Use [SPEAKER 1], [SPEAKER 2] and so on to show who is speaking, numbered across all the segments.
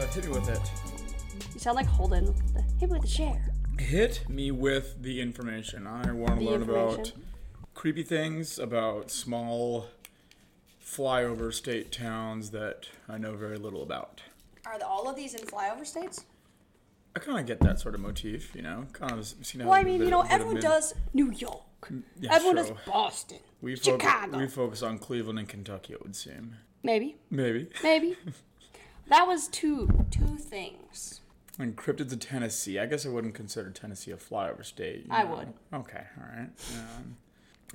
[SPEAKER 1] uh,
[SPEAKER 2] sound like Holden. with the- Hit me with the chair.
[SPEAKER 1] Hit me with the information. I want to
[SPEAKER 2] The
[SPEAKER 1] learn about
[SPEAKER 2] information.
[SPEAKER 1] creepy things, about small flyover state towns that I know very little about.
[SPEAKER 3] Are the, all of these in flyover states?
[SPEAKER 1] I kind of get that sort of motif, you know. Kind of seen how
[SPEAKER 3] Well, I
[SPEAKER 1] a
[SPEAKER 3] mean,
[SPEAKER 1] bit-
[SPEAKER 3] you know,
[SPEAKER 1] a bit of
[SPEAKER 3] everyone
[SPEAKER 1] mid-
[SPEAKER 3] does.
[SPEAKER 2] New York.
[SPEAKER 1] Yeah,
[SPEAKER 2] Everyone
[SPEAKER 1] so
[SPEAKER 2] does Boston.
[SPEAKER 1] we fo-
[SPEAKER 2] Chicago.
[SPEAKER 1] We focus on Cleveland and Kentucky. It would seem
[SPEAKER 2] Maybe.
[SPEAKER 1] maybe.
[SPEAKER 2] Maybe. that was two two things.
[SPEAKER 1] And cryptids of Tennessee. I guess I wouldn't consider Tennessee a flyover state. you
[SPEAKER 2] I
[SPEAKER 1] know.
[SPEAKER 2] would.
[SPEAKER 1] Okay, all right. Um,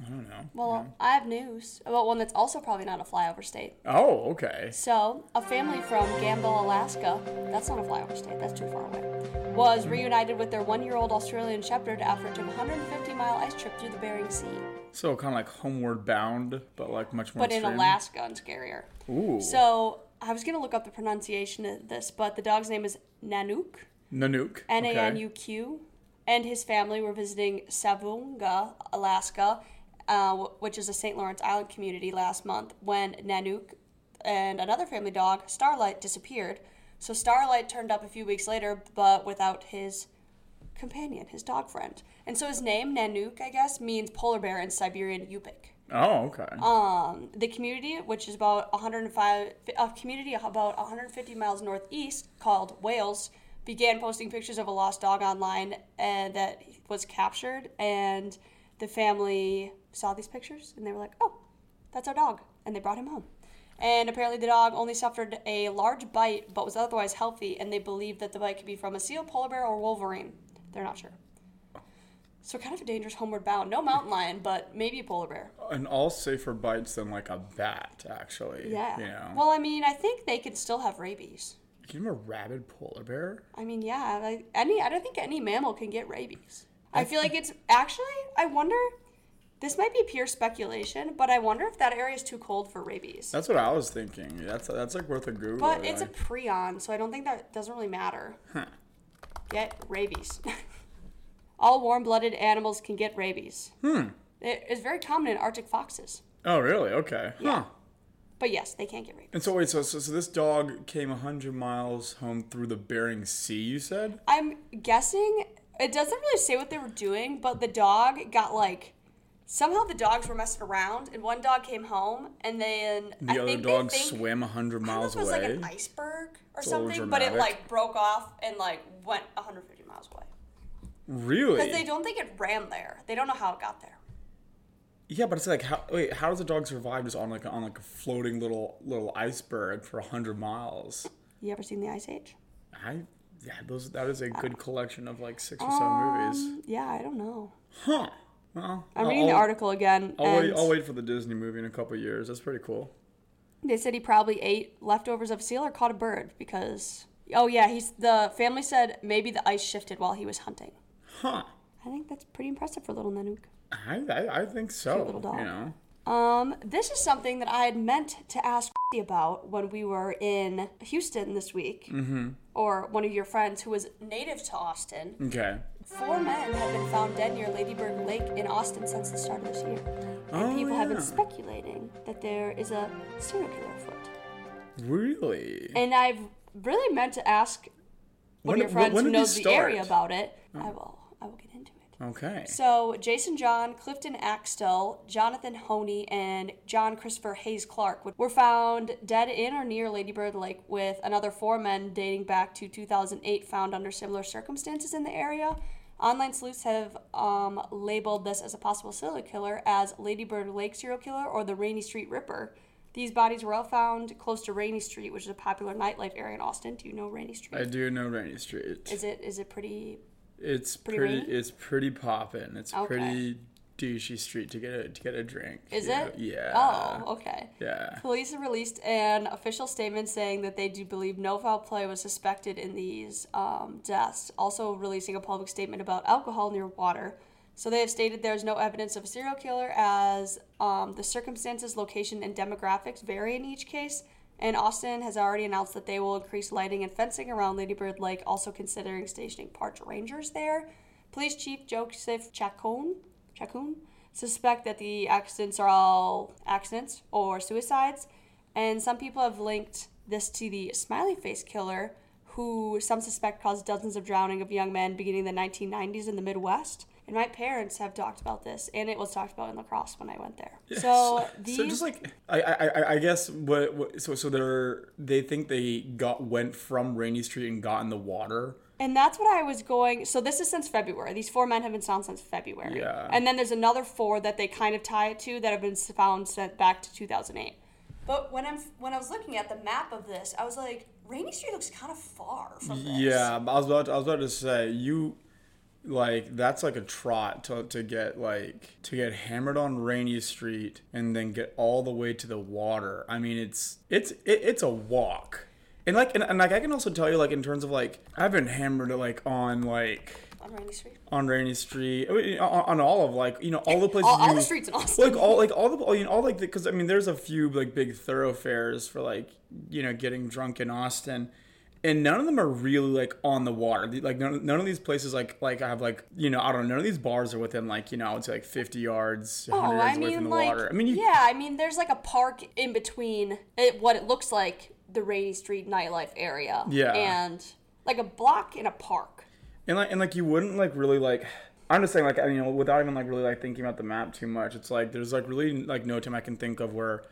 [SPEAKER 1] I don't know.
[SPEAKER 2] Well, I have news about one that's also probably not a flyover state.
[SPEAKER 1] Oh, okay.
[SPEAKER 2] So, a family from Gambell, Alaska, that's not a flyover state, that's too far away, was reunited with their one year old Australian Shepherd after a 150 mile ice trip through the Bering Sea,
[SPEAKER 1] So kind of like homeward bound, but like much more.
[SPEAKER 2] but in
[SPEAKER 1] extreme.
[SPEAKER 2] Alaska and scarier.
[SPEAKER 1] Ooh.
[SPEAKER 2] So, I was going to look up the pronunciation of this, but the dog's name is Nanook,
[SPEAKER 1] Nanook.
[SPEAKER 2] N A N
[SPEAKER 1] Okay.
[SPEAKER 2] U Q, and his family were visiting Savunga, Alaska, uh, wh- which is a St. Lawrence Island community, last month when Nanook and another family dog, Starlight, disappeared. So Starlight turned up a few weeks later, but without his companion, his dog friend. And so his name, Nanook, I guess, means polar bear in Siberian Yupik.
[SPEAKER 1] Oh, okay.
[SPEAKER 2] Um, the community, which is about 105, a community about 150 miles northeast called Wales, began posting pictures of a lost dog online and that was captured. And the family saw these pictures and they were like, "Oh, that's our dog," and they brought him home. And apparently, the dog only suffered a large bite, but was otherwise healthy. And they believe that the bite could be from a seal, polar bear, or wolverine. They're not sure. So kind of a dangerous homeward bound. No mountain lion, but maybe a polar bear.
[SPEAKER 1] and all safer bites than like a bat, actually.
[SPEAKER 2] Yeah.
[SPEAKER 1] You know.
[SPEAKER 2] Well, I mean, I think they could still have rabies.
[SPEAKER 1] Can you have a rabid polar bear?
[SPEAKER 2] I mean, yeah, like any I don't think any mammal can get rabies. I feel like it's actually I wonder this might be pure speculation, but I wonder if that area is too cold for rabies.
[SPEAKER 1] That's what I was thinking. That's that's like worth a Google.
[SPEAKER 2] But it's a
[SPEAKER 1] like.
[SPEAKER 2] prion, so I don't think that doesn't really matter.
[SPEAKER 1] Huh.
[SPEAKER 2] Get rabies. All warm-blooded animals can get rabies. Hmm. It is very common in Arctic foxes.
[SPEAKER 1] Oh, really? Okay. Huh.
[SPEAKER 2] But yes, they can get rabies.
[SPEAKER 1] And so wait, so, so so this dog came hundred miles home through the Bering Sea. You said?
[SPEAKER 2] I'm guessing it doesn't really say what they were doing, but the dog got like somehow the dogs were messing around, and one dog came home, and then
[SPEAKER 1] The
[SPEAKER 2] I
[SPEAKER 1] other
[SPEAKER 2] think
[SPEAKER 1] dog
[SPEAKER 2] they think,
[SPEAKER 1] swam hundred
[SPEAKER 2] I don't know if
[SPEAKER 1] miles
[SPEAKER 2] it was
[SPEAKER 1] away.
[SPEAKER 2] like an iceberg
[SPEAKER 1] a
[SPEAKER 2] or
[SPEAKER 1] little
[SPEAKER 2] something, but it
[SPEAKER 1] dramatic.
[SPEAKER 2] like broke off and like went 150 miles away
[SPEAKER 1] really?
[SPEAKER 2] because they don't think it ran there. They don't know how it got there.
[SPEAKER 1] Yeah, but it's like how wait, how does a dog survive just on like on like a floating little little iceberg for hundred miles?
[SPEAKER 2] You ever seen the Ice Age?
[SPEAKER 1] I yeah, those that is a good collection of like six or seven movies.
[SPEAKER 2] Yeah, I don't know.
[SPEAKER 1] Huh. Well,
[SPEAKER 2] Um, I'm
[SPEAKER 1] I'll-
[SPEAKER 2] reading the
[SPEAKER 1] I'll-
[SPEAKER 2] article again,
[SPEAKER 1] I'll
[SPEAKER 2] and
[SPEAKER 1] wait, I'll wait for the Disney movie in a couple years. That's pretty cool.
[SPEAKER 2] They said he probably ate leftovers of seal or caught a bird because oh yeah, he's the family said maybe the ice shifted while he was hunting.
[SPEAKER 1] Huh.
[SPEAKER 2] I think that's pretty impressive for little Nanook.
[SPEAKER 1] I, I, I think so.
[SPEAKER 2] little dog.
[SPEAKER 1] You know,
[SPEAKER 2] Um, this is something that I had meant to ask about when we were in Houston this week, mm-hmm. or one of your friends who was native to Austin.
[SPEAKER 1] okay.
[SPEAKER 2] Four men have been found dead near Ladybird Lake in Austin since the start of this year, and
[SPEAKER 1] Oh,
[SPEAKER 2] people have been
[SPEAKER 1] yeah.
[SPEAKER 2] speculating that there is a serial killer afoot.
[SPEAKER 1] Really?
[SPEAKER 2] And I've really meant to ask one
[SPEAKER 1] When-
[SPEAKER 2] of Mm. your friends
[SPEAKER 1] when
[SPEAKER 2] who
[SPEAKER 1] did
[SPEAKER 2] knows
[SPEAKER 1] this
[SPEAKER 2] the area
[SPEAKER 1] start?
[SPEAKER 2] about it. I will. I will get into it.
[SPEAKER 1] Okay.
[SPEAKER 2] So Jason John, Clifton Axtell, Jonathan Honey, and John Christopher Hayes Clark were found dead in or near Ladybird Lake, with another four men dating back to 2008 found under similar circumstances in the area. Online sleuths have um, labeled this as a possible serial killer as Ladybird Lake serial killer or the Rainy Street Ripper. These bodies were all found close to Rainy Street, which is a popular nightlife area in Austin. Do you know Rainy Street?
[SPEAKER 1] I do know Rainy Street.
[SPEAKER 2] is it is it pretty
[SPEAKER 1] it's
[SPEAKER 2] pretty
[SPEAKER 1] pretty.
[SPEAKER 2] rainy?
[SPEAKER 1] it's pretty poppin'. It's
[SPEAKER 2] Okay.
[SPEAKER 1] pretty douchey street to get a to get a drink.
[SPEAKER 2] Is
[SPEAKER 1] you know?
[SPEAKER 2] it?
[SPEAKER 1] Yeah.
[SPEAKER 2] Oh, okay.
[SPEAKER 1] Yeah.
[SPEAKER 2] Police have released an official statement saying that they do believe no foul play was suspected in these um, deaths, also releasing a public statement about alcohol near water. So they have stated there is no evidence of a serial killer as um, the circumstances, location, and demographics vary in each case. And Austin has already announced that they will increase lighting and fencing around Ladybird Lake, also considering stationing park rangers there. Police Chief Joseph Chacon, Chacon suspect that the accidents are all accidents or suicides, and some people have linked this to the smiley face killer,
[SPEAKER 4] who some suspect caused dozens of drowning of young men beginning in the 1990s in the Midwest. And my parents have talked about this, and it was talked about in lacrosse when I went there. So these,
[SPEAKER 1] so just like I I, I- I guess what, what so so they're they think they got went from Rainy Street and got in the water.
[SPEAKER 4] and that's what I was going. So this is since February. These four men have been found since February.
[SPEAKER 1] Yeah.
[SPEAKER 4] And then there's another four that they kind of tie it to that have been found sent back to 2008.
[SPEAKER 2] But when I'm when I was looking at the map of this, I was like, Rainy Street looks kind of far from this.
[SPEAKER 1] Yeah, I was about I was about to say you like that's like a trot to to get like to get hammered on Rainy Street and then get all the way to the water. I mean, it's it's it, it's a walk. And like and, and like I can also tell you like in terms of like I've been hammered like on like
[SPEAKER 2] on Rainy Street.
[SPEAKER 1] on Rainy Street, I mean, on, on all of like you know all the places,
[SPEAKER 4] All- all
[SPEAKER 1] you-
[SPEAKER 4] the streets in Austin.
[SPEAKER 1] like all like all the all, you know, all like because I mean there's a few like big thoroughfares for like you know getting drunk in Austin, and none of them are really like on the water. The- Like none, none of these places like like I have like you know I don't know none of these bars are within like you know I would say like 50 yards, 100
[SPEAKER 4] Oh, I
[SPEAKER 1] yards away from
[SPEAKER 4] mean,
[SPEAKER 1] the
[SPEAKER 4] like,
[SPEAKER 1] water. I mean you,
[SPEAKER 4] yeah, I mean, there's like a park in between it, what it looks like the Rainy Street nightlife area,
[SPEAKER 1] Yeah.
[SPEAKER 4] and like a block in a park.
[SPEAKER 1] And like and like you wouldn't like really like I'm just saying like I mean without even like really like thinking about the map too much. It's like there's like really like no time I can think of where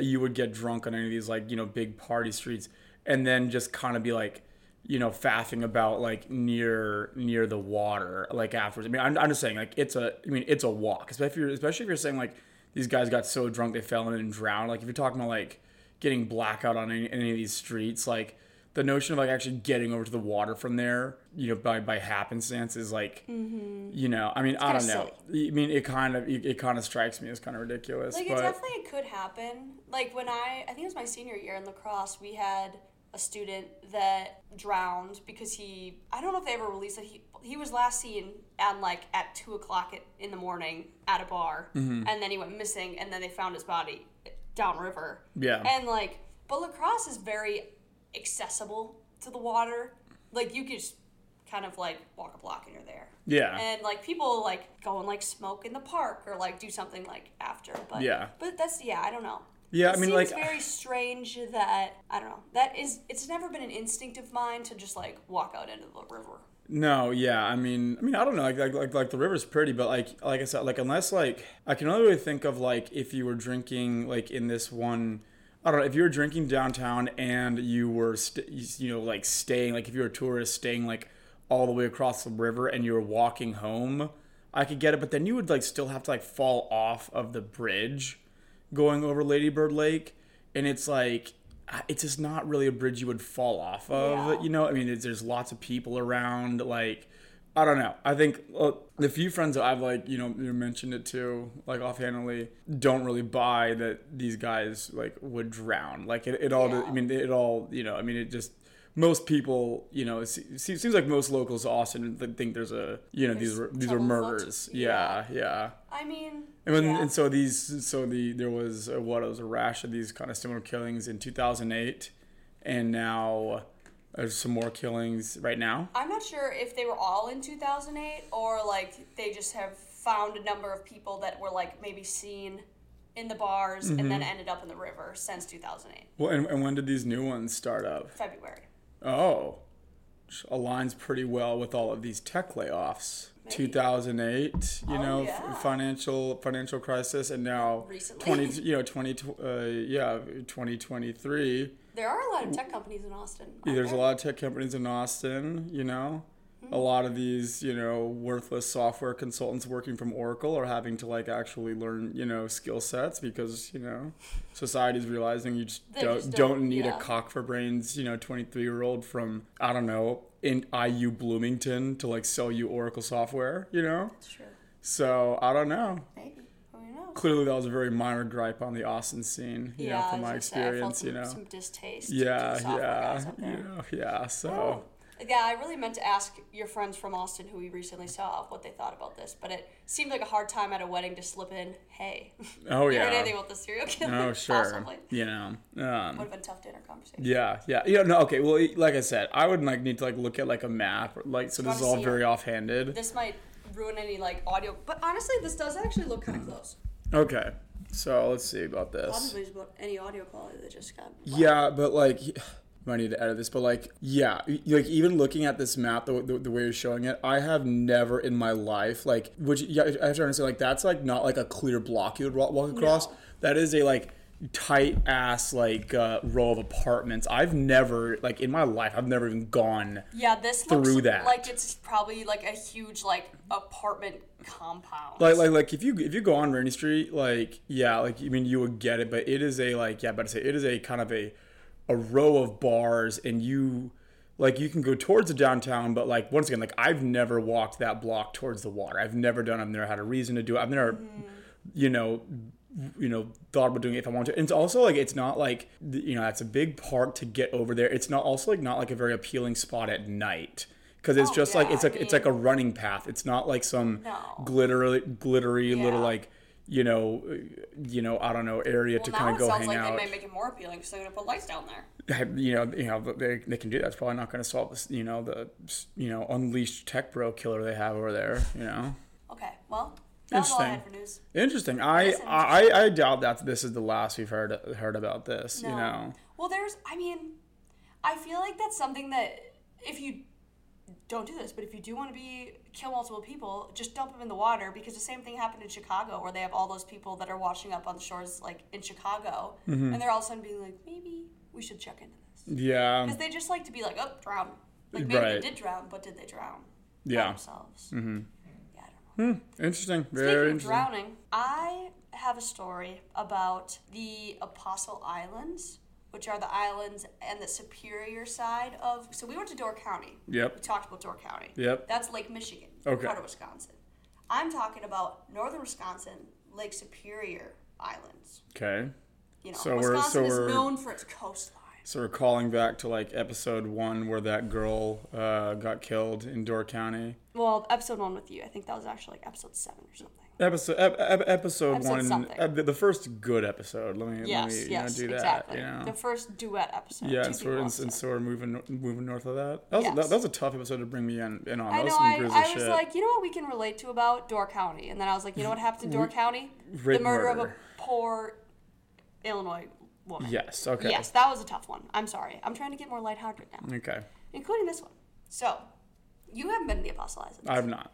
[SPEAKER 1] you would get drunk on any of these like you know big party streets and then just kind of be like you know faffing about like near near the water like afterwards. I mean I'm, I'm just saying like it's a I mean it's a walk especially if you're especially if you're saying like these guys got so drunk they fell in and drowned. Like if you're talking about like getting blackout on any, any of these streets like the notion of like actually getting over to the water from there, you know, by by happenstance is like,
[SPEAKER 2] Mm-hmm.
[SPEAKER 1] you know, I mean, I don't
[SPEAKER 4] kinda
[SPEAKER 1] know. I mean, it kind of it, it kind of strikes me as kind of ridiculous,
[SPEAKER 2] Like it
[SPEAKER 1] but
[SPEAKER 2] definitely could happen. Like when I I think it was my senior year in lacrosse, we had a student that drowned because he I don't know if they ever released it. He he was last seen at like at two o'clock at, in the morning at a bar,
[SPEAKER 1] Mm-hmm.
[SPEAKER 2] and then he went missing, and then they found his body downriver.
[SPEAKER 1] Yeah.
[SPEAKER 2] and like but lacrosse is very accessible to the water. Like you could just kind of like walk a block and you're there.
[SPEAKER 1] Yeah.
[SPEAKER 2] and like people like go and like smoke in the park or like do something like after, but.
[SPEAKER 1] Yeah.
[SPEAKER 2] But that's yeah, I don't know.
[SPEAKER 1] Yeah,
[SPEAKER 2] it
[SPEAKER 1] I mean,
[SPEAKER 2] seems
[SPEAKER 1] like-
[SPEAKER 2] very strange that I don't know. That is, it's never been an instinct of mine to just like walk out into the river.
[SPEAKER 1] no, yeah, I mean, I mean, I don't know, like like like, like the river's pretty, but like like I said, like unless like I can only really think of like if you were drinking like in this one. I don't know if you were drinking downtown and you were, st- you know, like staying, like if you were a tourist staying like all the way across the river and you were walking home, I could get it. But then you would like still have to like fall off of the bridge, going over Ladybird Lake, and it's like I- it's just not really a bridge you would fall off of.
[SPEAKER 2] Yeah.
[SPEAKER 1] You know, I mean, it's, there's lots of people around. Like, I don't know. I think uh, the few friends that I've like, you know, you mentioned it to, like offhandedly, don't really buy that these guys like would drown. Like it, it all. I mean, it all. You know, I mean, it just. Most people, you know, it se- it seems like most locals to Austin th- think there's a, you know, these were
[SPEAKER 2] There's
[SPEAKER 1] these were
[SPEAKER 2] trouble afoot.
[SPEAKER 1] murders. Yeah, yeah.
[SPEAKER 2] I mean,
[SPEAKER 1] And, when,
[SPEAKER 2] yeah.
[SPEAKER 1] and so these, so the there was a, what it was a rash of these kind of similar killings in 2008, and now there's some more killings right now.
[SPEAKER 2] I'm not sure if they were all in 2008 or like they just have found a number of people that were like maybe seen in the bars and
[SPEAKER 1] Mm-hmm.
[SPEAKER 2] then ended up in the river since 2008
[SPEAKER 1] Well, and, and when did these new ones start up?
[SPEAKER 2] February.
[SPEAKER 1] Oh, which aligns pretty well with all of these tech layoffs. 2008, you
[SPEAKER 2] Oh,
[SPEAKER 1] know,
[SPEAKER 2] yeah.
[SPEAKER 1] f- financial financial crisis, and now
[SPEAKER 2] Recently.
[SPEAKER 1] 20, you know, 20, uh, yeah, 2023.
[SPEAKER 2] There are a lot of tech companies in Austin.
[SPEAKER 1] Yeah, there's a lot of tech companies in Austin, you know.
[SPEAKER 2] Mm-hmm.
[SPEAKER 1] A lot of these, you know, worthless software consultants working from Oracle are having to like actually learn, you know, skill sets because, you know, society's realizing you just,
[SPEAKER 2] They
[SPEAKER 1] don't,
[SPEAKER 2] just
[SPEAKER 1] don't,
[SPEAKER 2] don't-
[SPEAKER 1] need
[SPEAKER 2] yeah.
[SPEAKER 1] a cock for brains, you know, 23 year old from, I don't know, in IU Bloomington to like sell you Oracle software, you know?
[SPEAKER 2] Sure.
[SPEAKER 1] So I don't know.
[SPEAKER 2] Maybe. Who knows?
[SPEAKER 1] Clearly, that was a very minor gripe on the Austin scene, you know,
[SPEAKER 2] I
[SPEAKER 1] from
[SPEAKER 2] was
[SPEAKER 1] my
[SPEAKER 2] gonna say, I felt
[SPEAKER 1] experience, you
[SPEAKER 2] some-
[SPEAKER 1] know?
[SPEAKER 2] some distaste. to
[SPEAKER 1] yeah,
[SPEAKER 2] the software guys
[SPEAKER 1] yeah,
[SPEAKER 2] out
[SPEAKER 1] you
[SPEAKER 2] there.
[SPEAKER 1] know, yeah. So.
[SPEAKER 2] Yeah, I really meant to ask your friends from Austin who we recently saw what they thought about this, but it seemed like a hard time at a wedding to slip in, hey,
[SPEAKER 1] Oh
[SPEAKER 2] you
[SPEAKER 1] yeah.
[SPEAKER 2] heard anything about the serial killer?
[SPEAKER 1] oh sure.
[SPEAKER 2] Possibly.
[SPEAKER 1] You know. Um,
[SPEAKER 2] Would have been a tough dinner conversation.
[SPEAKER 1] yeah, yeah. You know, no, okay. Well, like I said, I would like need to like look at like a map. or, Like, so this is
[SPEAKER 2] wanna
[SPEAKER 1] all
[SPEAKER 2] see
[SPEAKER 1] very offhanded.
[SPEAKER 2] This might ruin any like audio, but honestly, this does actually look kind of close.
[SPEAKER 1] Okay. So let's see about this.
[SPEAKER 2] Probably about any audio quality that just got.
[SPEAKER 1] Yeah, but like, might need to edit this, but like, yeah, y- like even looking at this map, the, the, the way you're showing it, I have never in my life, like, which yeah, I have to understand, like, that's like not like a clear block you would wa- walk across. That is a like tight ass like uh, row of apartments. I've never like in my life, I've never even gone.
[SPEAKER 2] Yeah, this looks
[SPEAKER 1] Through that.
[SPEAKER 2] like it's probably like a huge like apartment compound.
[SPEAKER 1] Like, like, like, if you if you go on Rainy Street, like, yeah, like, I mean, you would get it, but it is a like, yeah, but it's a- it is a kind of a a row of bars, and you like you can go towards the downtown, but like once again, like I've never walked that block towards the water. I've never done. I've never had a reason to do it. I've never,
[SPEAKER 2] Mm-hmm.
[SPEAKER 1] you know, you know, thought about doing it if I want to. And it's also like it's not like th- you know that's a big park to get over there. It's not also like not like a very appealing spot at night. Because it's just like
[SPEAKER 2] Oh, yeah,
[SPEAKER 1] it's
[SPEAKER 2] I
[SPEAKER 1] like it's like a running path. It's not like some
[SPEAKER 2] No.
[SPEAKER 1] glittery, glittery little
[SPEAKER 2] Yeah.
[SPEAKER 1] like you know, uh, you know, I don't know area to
[SPEAKER 2] now
[SPEAKER 1] kind
[SPEAKER 2] it
[SPEAKER 1] of go
[SPEAKER 2] sounds
[SPEAKER 1] hang
[SPEAKER 2] like
[SPEAKER 1] out.
[SPEAKER 2] they might make it more appealing because they're gonna put lights down there.
[SPEAKER 1] you know, you know, they, they can do that. It's probably not going to solve this, you know, the you know unleashed tech bro killer they have over there. You know,
[SPEAKER 2] Okay, well, that's all I had for
[SPEAKER 1] Interesting.
[SPEAKER 2] news.
[SPEAKER 1] interesting. I
[SPEAKER 2] Listen.
[SPEAKER 1] I, I doubt that this is the last we've heard heard about this. You
[SPEAKER 2] No.
[SPEAKER 1] know,
[SPEAKER 2] Well, there's, I mean, I feel like that's something that if you don't do this, but if you do want to be kill multiple people, just dump them in the water because the same thing happened in Chicago where they have all those people that are washing up on the shores, like in Chicago,
[SPEAKER 1] Mm-hmm.
[SPEAKER 2] and they're all of a sudden being like, maybe we should check into this
[SPEAKER 1] yeah,
[SPEAKER 2] because they just like to be like, oh, drown. Like maybe
[SPEAKER 1] Right.
[SPEAKER 2] they did drown, but did they drown by
[SPEAKER 1] yeah,
[SPEAKER 2] themselves? Mm-hmm. Yeah, I don't know.
[SPEAKER 1] interesting, very
[SPEAKER 2] Speaking of
[SPEAKER 1] interesting.
[SPEAKER 2] drowning, I have a story about the Apostle Islands, which are the islands and the superior side of. So we went to Door County. We
[SPEAKER 1] Yep,
[SPEAKER 2] talked about Door County.
[SPEAKER 1] Yep.
[SPEAKER 2] That's Lake Michigan,
[SPEAKER 1] Okay.
[SPEAKER 2] part of Wisconsin. I'm talking about northern Wisconsin, Lake Superior Islands.
[SPEAKER 1] okay.
[SPEAKER 2] You know,
[SPEAKER 1] So we're- so
[SPEAKER 2] Wisconsin
[SPEAKER 1] we're-
[SPEAKER 2] is known for its coastline.
[SPEAKER 1] So we're calling back to like episode one where that girl uh, got killed in Door County.
[SPEAKER 2] Well, episode one with you, I think that was actually like episode seven or something.
[SPEAKER 1] Episode ep- ep- episode,
[SPEAKER 2] Episode
[SPEAKER 1] one,
[SPEAKER 2] something.
[SPEAKER 1] ep- the the first good episode. Let me
[SPEAKER 2] Yes,
[SPEAKER 1] let me
[SPEAKER 2] yes,
[SPEAKER 1] you know, do that.
[SPEAKER 2] exactly.
[SPEAKER 1] You know?
[SPEAKER 2] The first duet episode.
[SPEAKER 1] yeah,
[SPEAKER 2] two
[SPEAKER 1] and so, we're,
[SPEAKER 2] people
[SPEAKER 1] and, and
[SPEAKER 2] episode.
[SPEAKER 1] so we're moving nor- moving north of that. That was, that,
[SPEAKER 2] Yes.
[SPEAKER 1] that was a tough episode to bring me in, in on. That
[SPEAKER 2] I
[SPEAKER 1] was
[SPEAKER 2] know.
[SPEAKER 1] some
[SPEAKER 2] I,
[SPEAKER 1] gruesome
[SPEAKER 2] I was
[SPEAKER 1] shit.
[SPEAKER 2] like, you know what we can relate to about Door County, and then I was like, you know what happened to Door County?
[SPEAKER 1] rape
[SPEAKER 2] the murder, of a
[SPEAKER 1] murder.
[SPEAKER 2] poor Illinois woman.
[SPEAKER 1] yes. Okay.
[SPEAKER 2] Yes, that was a tough one. I'm sorry. I'm trying to get more lighthearted now,
[SPEAKER 1] Okay.
[SPEAKER 2] including this one. So, you haven't been to the Apostle Islands.
[SPEAKER 1] I've not.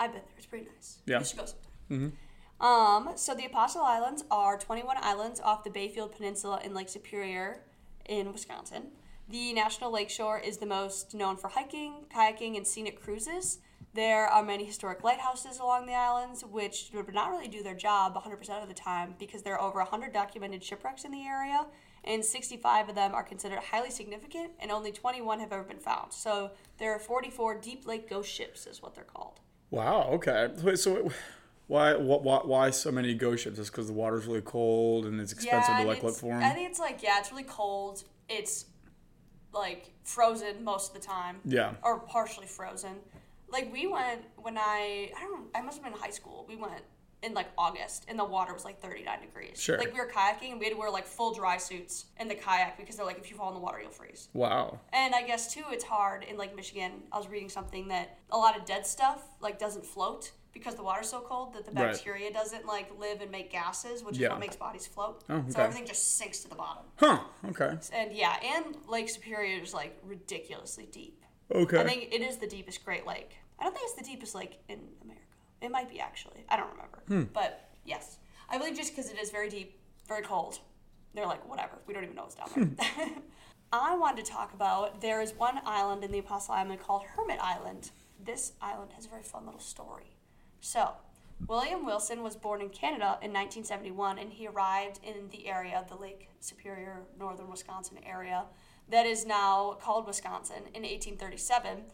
[SPEAKER 2] I've been there. It's pretty nice.
[SPEAKER 1] Yeah.
[SPEAKER 2] You should go sometime. Um, so the Apostle Islands are 21 islands off the Bayfield Peninsula in Lake Superior in Wisconsin. The National Lakeshore is the most known for hiking, kayaking, and scenic cruises. There are many historic lighthouses along the islands, which would not really do their job 100% of the time because there are over 100 documented shipwrecks in the area, and 65 of them are considered highly significant, and only 21 have ever been found. So there are 44 deep lake ghost ships, is what they're called.
[SPEAKER 1] Wow. Okay. Wait, so wait, why, wh- why why so many ghost ships? Is because the water's really cold and it's expensive to
[SPEAKER 2] and
[SPEAKER 1] like look
[SPEAKER 2] it's-
[SPEAKER 1] for 'em?
[SPEAKER 2] I think it's like yeah, it's really cold. It's like frozen most of the time.
[SPEAKER 1] Yeah.
[SPEAKER 2] Or partially frozen. Like we went when I I don't I must have been in high school. We went in like August and the water was like 39 degrees.
[SPEAKER 1] Sure.
[SPEAKER 2] Like we were kayaking and we had to wear like full dry suits in the kayak because they're like if you fall in the water you'll freeze.
[SPEAKER 1] Wow.
[SPEAKER 2] And I guess too, it's hard in like Michigan. I was reading something that a lot of dead stuff like doesn't float because the water's so cold that the
[SPEAKER 1] Right.
[SPEAKER 2] bacteria doesn't like live and make gases, which
[SPEAKER 1] Yeah.
[SPEAKER 2] is what makes bodies float.
[SPEAKER 1] Oh,
[SPEAKER 2] So
[SPEAKER 1] okay.
[SPEAKER 2] everything just sinks to the bottom.
[SPEAKER 1] Huh. Okay.
[SPEAKER 2] And yeah, and Lake Superior is like ridiculously deep.
[SPEAKER 1] Okay.
[SPEAKER 2] I think it is the deepest Great Lake. I don't think it's the deepest lake in America. It might be actually. I don't remember. But yes, I believe just because it is very deep, very cold, they're like whatever. We don't even know what's down there. I wanted to talk about there is one island in the Apostle Island called Hermit Island. This island has a very fun little story. So, William Wilson was born in Canada in 1971 and he arrived in the area, the Lake Superior, northern Wisconsin area, that is now called Wisconsin in 1837,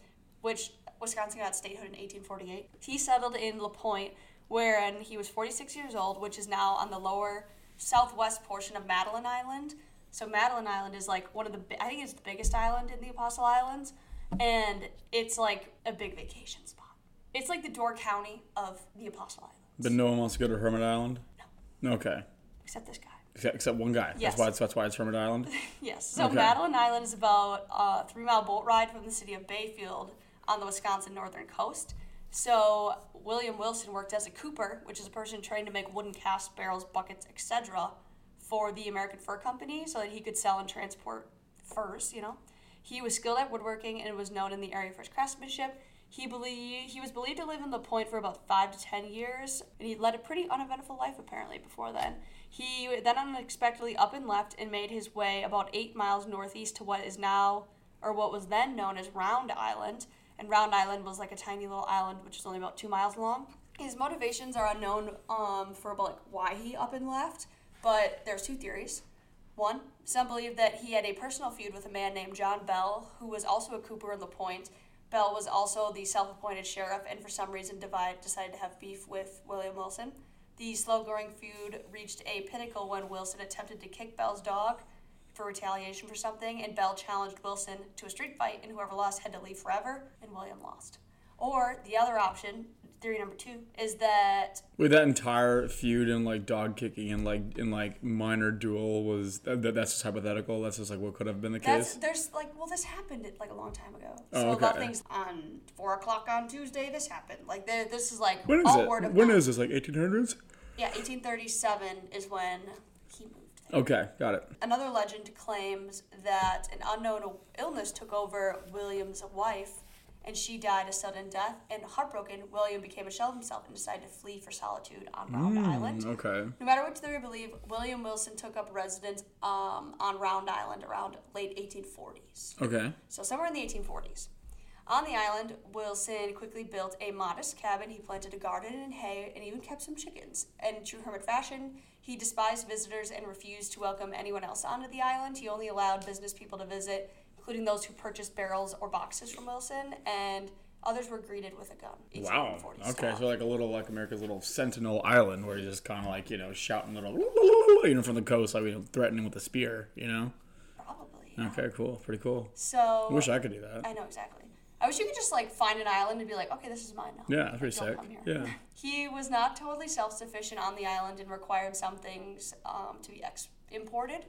[SPEAKER 2] which Wisconsin got statehood in 1848. He settled in La Pointe, wherein he was 46 years old, which is now on the lower southwest portion of Madeline Island. So Madeline Island is like one of the bi- I think it's the biggest island in the Apostle Islands, and it's like a big vacation spot. It's like the Door County of the Apostle Islands,
[SPEAKER 1] but no one wants to go to Hermit Island. No. Okay.
[SPEAKER 2] except this guy.
[SPEAKER 1] Except, except one guy. That's
[SPEAKER 2] Yes.
[SPEAKER 1] why. It's, that's why it's Hermit Island.
[SPEAKER 2] Yes. So
[SPEAKER 1] Okay.
[SPEAKER 2] Madeline Island is about a three mile boat ride from the city of Bayfield on the Wisconsin northern coast. So William Wilson worked as a cooper, which is a person trained to make wooden casks, barrels, buckets, etc., for the American Fur Company, so that he could sell and transport first, you know. He was skilled at woodworking and was known in the area for his craftsmanship. He believed he was believed to live in the point for about five to ten years, and he led a pretty uneventful life apparently before then. He then unexpectedly up and left and made his way about eight miles northeast to what is now or what was then known as Round Island. And Round Island was like a tiny little island which is only about two miles long. His motivations are unknown um, for about like why he up and left, but there's two theories. One, some believe that he had a personal feud with a man named John Bell, who was also a Cooper in the Point. Bell was also the self appointed sheriff and for some reason divide, decided to have beef with William Wilson. The slow growing feud reached a pinnacle when Wilson attempted to kick Bell's dog for retaliation for something, and Bell challenged Wilson to a street fight, and whoever lost had to leave forever, and William lost. Or the other option, theory number two, is that
[SPEAKER 1] Wait, that entire feud and like dog kicking and like in like minor duel was that, that- that's just hypothetical. That's just like what could have been the
[SPEAKER 2] That's
[SPEAKER 1] case.
[SPEAKER 2] there's like well this happened like a long time ago.
[SPEAKER 1] Oh,
[SPEAKER 2] so a lot
[SPEAKER 1] okay.
[SPEAKER 2] of things on four o'clock on Tuesday this happened. Like there, this is like
[SPEAKER 1] When is
[SPEAKER 2] all
[SPEAKER 1] it?
[SPEAKER 2] word of
[SPEAKER 1] When
[SPEAKER 2] mouth.
[SPEAKER 1] is this? Like 1800s?
[SPEAKER 2] yeah 1837 is when he moved. There.
[SPEAKER 1] Okay, got it.
[SPEAKER 2] Another legend claims that an unknown illness took over William's wife, and she died a sudden death. And heartbroken, William became a shell of himself and decided to flee for solitude on Round Island.
[SPEAKER 1] Mm, okay.
[SPEAKER 2] No matter which theory you believe, William Wilson took up residence um, on Round Island around late 1840s.
[SPEAKER 1] Okay.
[SPEAKER 2] So somewhere in the 1840s. On the island, Wilson quickly built a modest cabin. He planted a garden and hay and even kept some chickens. And in true hermit fashion, he despised visitors and refused to welcome anyone else onto the island. He only allowed business people to visit, including those who purchased barrels or boxes from Wilson, and others were greeted with a gun.
[SPEAKER 1] Wow.
[SPEAKER 2] 1840s
[SPEAKER 1] Okay,
[SPEAKER 2] style.
[SPEAKER 1] so like a little like America's little Sentinel Island, where you're just kind of like you know shouting little you know from the coast, like you know, threatening with a spear, you know.
[SPEAKER 2] Probably.
[SPEAKER 1] Okay, cool, pretty cool.
[SPEAKER 2] So.
[SPEAKER 1] I wish I could do that.
[SPEAKER 2] I know exactly. I wish you could just like find an island and be like, okay, this is mine now.
[SPEAKER 1] Yeah, that's pretty
[SPEAKER 2] Don't
[SPEAKER 1] sick.
[SPEAKER 2] come here.
[SPEAKER 1] Yeah.
[SPEAKER 2] He was not totally self sufficient on the island and required some things um, to be ex- imported.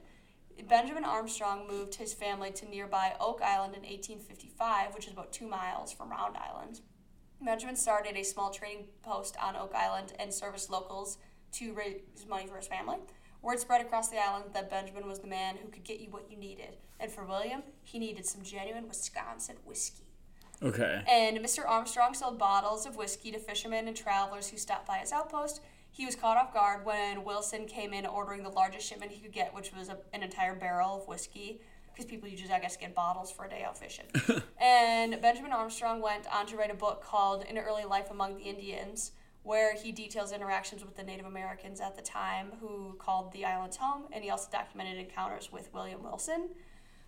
[SPEAKER 2] Benjamin Armstrong moved his family to nearby Oak Island in 1855, which is about two miles from Round Island. Benjamin started a small trading post on Oak Island and serviced locals to raise money for his family. Word spread across the island that Benjamin was the man who could get you what you needed, and for William, he needed some genuine Wisconsin whiskey.
[SPEAKER 1] Okay.
[SPEAKER 2] And Mr. Armstrong sold bottles of whiskey to fishermen and travelers who stopped by his outpost. He was caught off guard when Wilson came in ordering the largest shipment he could get, which was a, an entire barrel of whiskey, because people usually, I guess, get bottles for a day out fishing. and Benjamin Armstrong went on to write a book called An Early Life Among the Indians, where he details interactions with the Native Americans at the time who called the islands home, and he also documented encounters with William Wilson.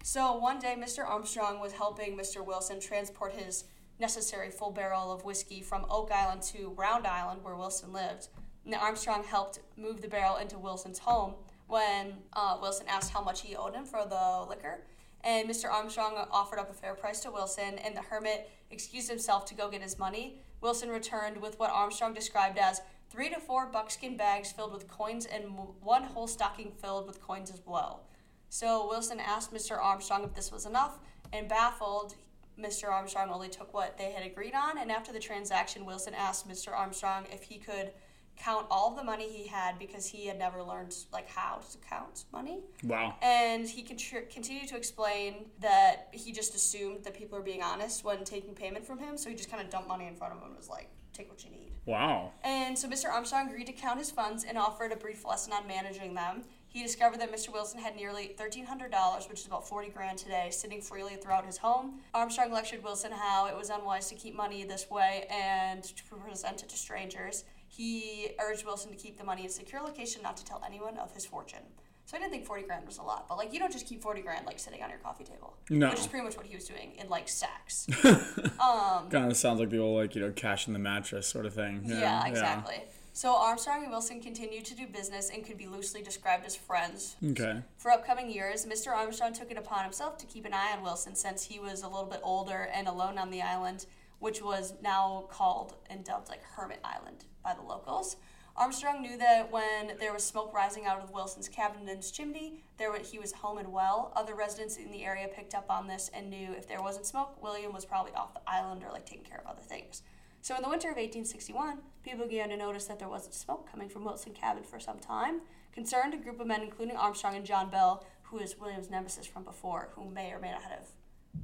[SPEAKER 2] So one day, Mr. Armstrong was helping Mr. Wilson transport his necessary full barrel of whiskey from Oak Island to Round Island, where Wilson lived. And Armstrong helped move the barrel into Wilson's home when uh, Wilson asked how much he owed him for the liquor. And Mr. Armstrong offered up a fair price to Wilson, and the hermit excused himself to go get his money. Wilson returned with what Armstrong described as three to four buckskin bags filled with coins and m- one whole stocking filled with coins as well. So Wilson asked Mr. Armstrong if this was enough, and baffled, Mr. Armstrong only took what they had agreed on. And after the transaction, Wilson asked Mr. Armstrong if he could count all the money he had because he had never learned like how to count money.
[SPEAKER 1] Wow.
[SPEAKER 2] And he contr- continued to explain that he just assumed that people are being honest when taking payment from him, so he just kind of dumped money in front of him and was like, "Take what you need."
[SPEAKER 1] Wow.
[SPEAKER 2] And so Mr. Armstrong agreed to count his funds and offered a brief lesson on managing them. He discovered that Mr. Wilson had nearly $1,300, which is about 40 grand today, sitting freely throughout his home. Armstrong lectured Wilson how it was unwise to keep money this way and to present it to strangers. He urged Wilson to keep the money in a secure location, not to tell anyone of his fortune. So I didn't think 40 grand was a lot, but like you don't just keep 40 grand like sitting on your coffee table.
[SPEAKER 1] No.
[SPEAKER 2] Which is pretty much what he was doing in like sacks.
[SPEAKER 1] Kind of sounds like the old like you know cash in the mattress sort of thing.
[SPEAKER 2] Yeah, exactly. So Armstrong and Wilson continued to do business and could be loosely described as friends.
[SPEAKER 1] Okay.
[SPEAKER 2] For upcoming years, Mr. Armstrong took it upon himself to keep an eye on Wilson since he was a little bit older and alone on the island, which was now called and dubbed like Hermit Island by the locals. Armstrong knew that when there was smoke rising out of Wilson's cabin and his chimney, there wa- he was home and well. Other residents in the area picked up on this and knew if there wasn't smoke, William was probably off the island or like taking care of other things. So in the winter of 1861, people began to notice that there wasn't smoke coming from Wilson Cabin for some time. Concerned, a group of men, including Armstrong and John Bell, who who is William's nemesis from before, who may or may not have,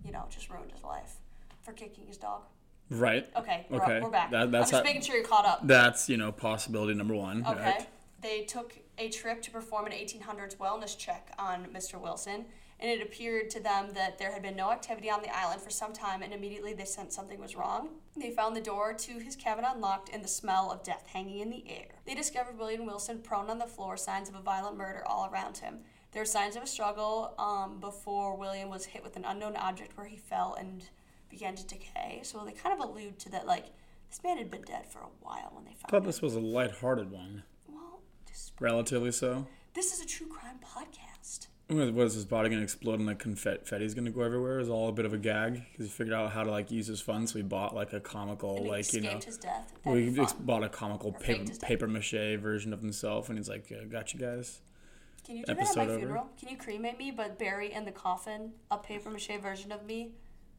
[SPEAKER 2] you know, just ruined his life for kicking his dog.
[SPEAKER 1] Right.
[SPEAKER 2] Okay, we're,
[SPEAKER 1] Okay,
[SPEAKER 2] Up, we're back.
[SPEAKER 1] that- that's
[SPEAKER 2] I'm just
[SPEAKER 1] how-
[SPEAKER 2] making sure you're caught up.
[SPEAKER 1] That's you know possibility number one.
[SPEAKER 2] Okay.
[SPEAKER 1] Right?
[SPEAKER 2] They took a trip to perform an 1800s wellness check on Mr. Wilson, and it appeared to them that there had been no activity on the island for some time, and immediately they sensed something was wrong. They found the door to his cabin unlocked and the smell of death hanging in the air. They discovered William Wilson prone on the floor, signs of a violent murder all around him. There were signs of a struggle um, before William was hit with an unknown object where he fell and began to decay. So they kind of allude to that, like, this man had been dead for a while when they
[SPEAKER 1] I
[SPEAKER 2] found
[SPEAKER 1] thought
[SPEAKER 2] him.
[SPEAKER 1] this was a lighthearted one,
[SPEAKER 2] Well, just
[SPEAKER 1] relatively so.
[SPEAKER 2] this is a true crime podcast.
[SPEAKER 1] What what is his body gonna explode and like confetti's gonna go everywhere? Is all a bit of a gag because he figured out how to like use his funds, so he bought like a comical
[SPEAKER 2] And he
[SPEAKER 1] like you
[SPEAKER 2] escaped
[SPEAKER 1] know
[SPEAKER 2] his death.
[SPEAKER 1] well,
[SPEAKER 2] That'd
[SPEAKER 1] he
[SPEAKER 2] be
[SPEAKER 1] ex-
[SPEAKER 2] fun.
[SPEAKER 1] bought a comical
[SPEAKER 2] faked
[SPEAKER 1] paper,
[SPEAKER 2] his death.
[SPEAKER 1] paper mache version of himself, and he's like, uh, "Got you guys."
[SPEAKER 2] Can you do that at my
[SPEAKER 1] episode over.
[SPEAKER 2] funeral? Can you cremate me but bury in the coffin a paper mache version of me?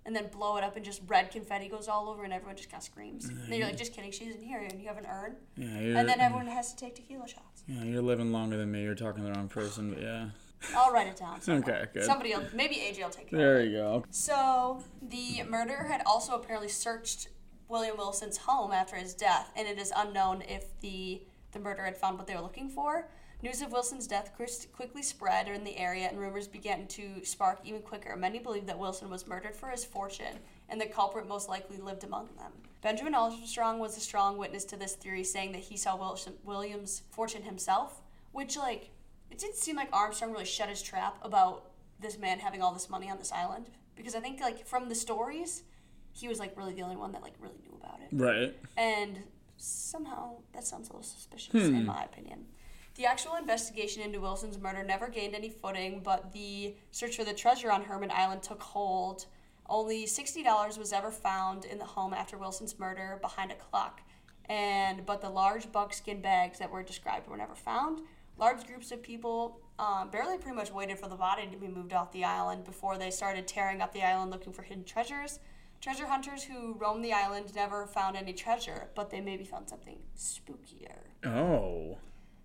[SPEAKER 2] And then blow it up and just red confetti goes all over and everyone just kind of screams. And then you're like, just kidding, she isn't here and you have an urn.
[SPEAKER 1] Yeah, you're
[SPEAKER 2] And then everyone has to take tequila shots.
[SPEAKER 1] yeah, you're living longer than me. You're talking to the wrong person, but yeah.
[SPEAKER 2] I'll write it down.
[SPEAKER 1] Okay, good.
[SPEAKER 2] Somebody else, maybe AJ will take it.
[SPEAKER 1] There you go.
[SPEAKER 2] So the murderer had also apparently searched William Wilson's home after his death, and it is unknown if the the murderer had found what they were looking for. News of Wilson's death quis- quickly spread in the area, and rumors began to spark even quicker. Many believed that Wilson was murdered for his fortune, and the culprit most likely lived among them. Benjamin Armstrong was a strong witness to this theory, saying that he saw Wilson, William's fortune himself, which, like, it didn't seem like Armstrong really shut his trap about this man having all this money on this island because I think like from the stories, he was like really the only one that like really knew about it.
[SPEAKER 1] Right.
[SPEAKER 2] And somehow that sounds a little suspicious in my opinion. The actual investigation into Wilson's murder never gained any footing, but the search for the treasure on Herman Island took hold. Only $60 was ever found in the home after Wilson's murder behind a clock. And but the large buckskin bags that were described were never found. Large groups of people um, barely pretty much waited for the body to be moved off the island before they started tearing up the island looking for hidden treasures. Treasure hunters who roamed the island never found any treasure, but they maybe found something spookier.
[SPEAKER 1] Oh.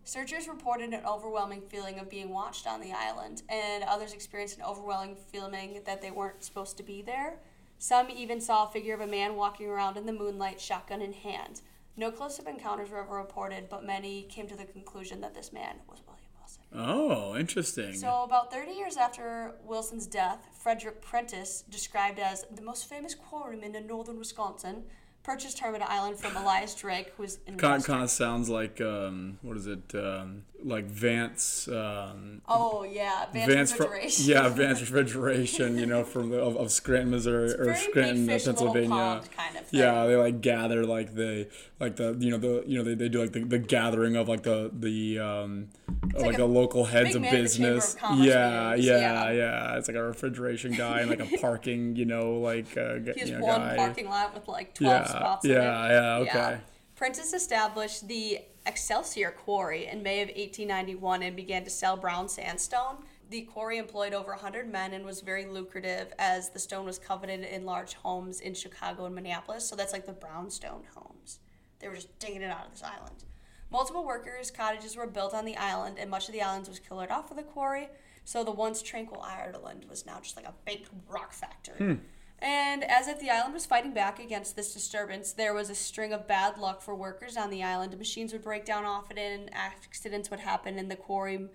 [SPEAKER 2] Searchers reported an overwhelming feeling of being watched on the island, and others experienced an overwhelming feeling that they weren't supposed to be there. Some even saw a figure of a man walking around in the moonlight, shotgun in hand. No close up encounters were ever reported, but many came to the conclusion that this man was William Wilson.
[SPEAKER 1] Oh, interesting.
[SPEAKER 2] So, about 30 years after Wilson's death, Frederick Prentice, described as the most famous quarryman in northern Wisconsin, purchased Hermit Island from Elias Drake, who was in
[SPEAKER 1] kind of, kind of sounds like um, what is it? Um, like Vance. Um,
[SPEAKER 2] Oh, yeah, Vance,
[SPEAKER 1] Vance fr-
[SPEAKER 2] Refrigeration.
[SPEAKER 1] yeah, Vance refrigeration. You know, from the, of, of Scranton, Missouri, or
[SPEAKER 2] very big
[SPEAKER 1] Scranton,
[SPEAKER 2] fish, little
[SPEAKER 1] Pennsylvania.
[SPEAKER 2] pond kind of thing.
[SPEAKER 1] Yeah, they like gather like they like the you know the you know they, they do like the, the gathering of like the the um like,
[SPEAKER 2] like
[SPEAKER 1] the
[SPEAKER 2] a
[SPEAKER 1] local heads
[SPEAKER 2] big
[SPEAKER 1] of
[SPEAKER 2] man in the Chamber of
[SPEAKER 1] business.
[SPEAKER 2] Commerce
[SPEAKER 1] yeah,
[SPEAKER 2] meetings,
[SPEAKER 1] yeah,
[SPEAKER 2] yeah.
[SPEAKER 1] yeah. It's like a refrigeration guy and like a parking you know like uh, g-
[SPEAKER 2] He has
[SPEAKER 1] you know,
[SPEAKER 2] one
[SPEAKER 1] guy.
[SPEAKER 2] parking lot with like 12
[SPEAKER 1] yeah,
[SPEAKER 2] spots in
[SPEAKER 1] yeah,
[SPEAKER 2] it.
[SPEAKER 1] yeah. Okay.
[SPEAKER 2] Prentice established the Excelsior Quarry in May of 1891 and began to sell brown sandstone. The quarry employed over 100 men and was very lucrative as the stone was coveted in large homes in Chicago and Minneapolis. So that's like the brownstone homes. They were just digging it out of this island. Multiple workers' cottages were built on the island, and much of the island was cleared off for the quarry. So the once tranquil Ireland was now just like a big rock factory. And as if the island was fighting back against this disturbance, there was a string of bad luck for workers on the island. Machines would break down often, and accidents would happen, and the quarry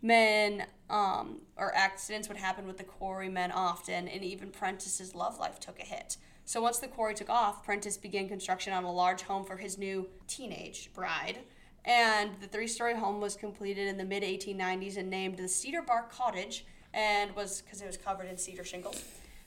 [SPEAKER 2] men um, or accidents would happen with the quarry men often, and even Prentice's love life took a hit. So once the quarry took off, Prentice began construction on a large home for his new teenage bride. And the three story home was completed in the mid 1890s and named the Cedar Bark Cottage, and was because it was covered in cedar shingles.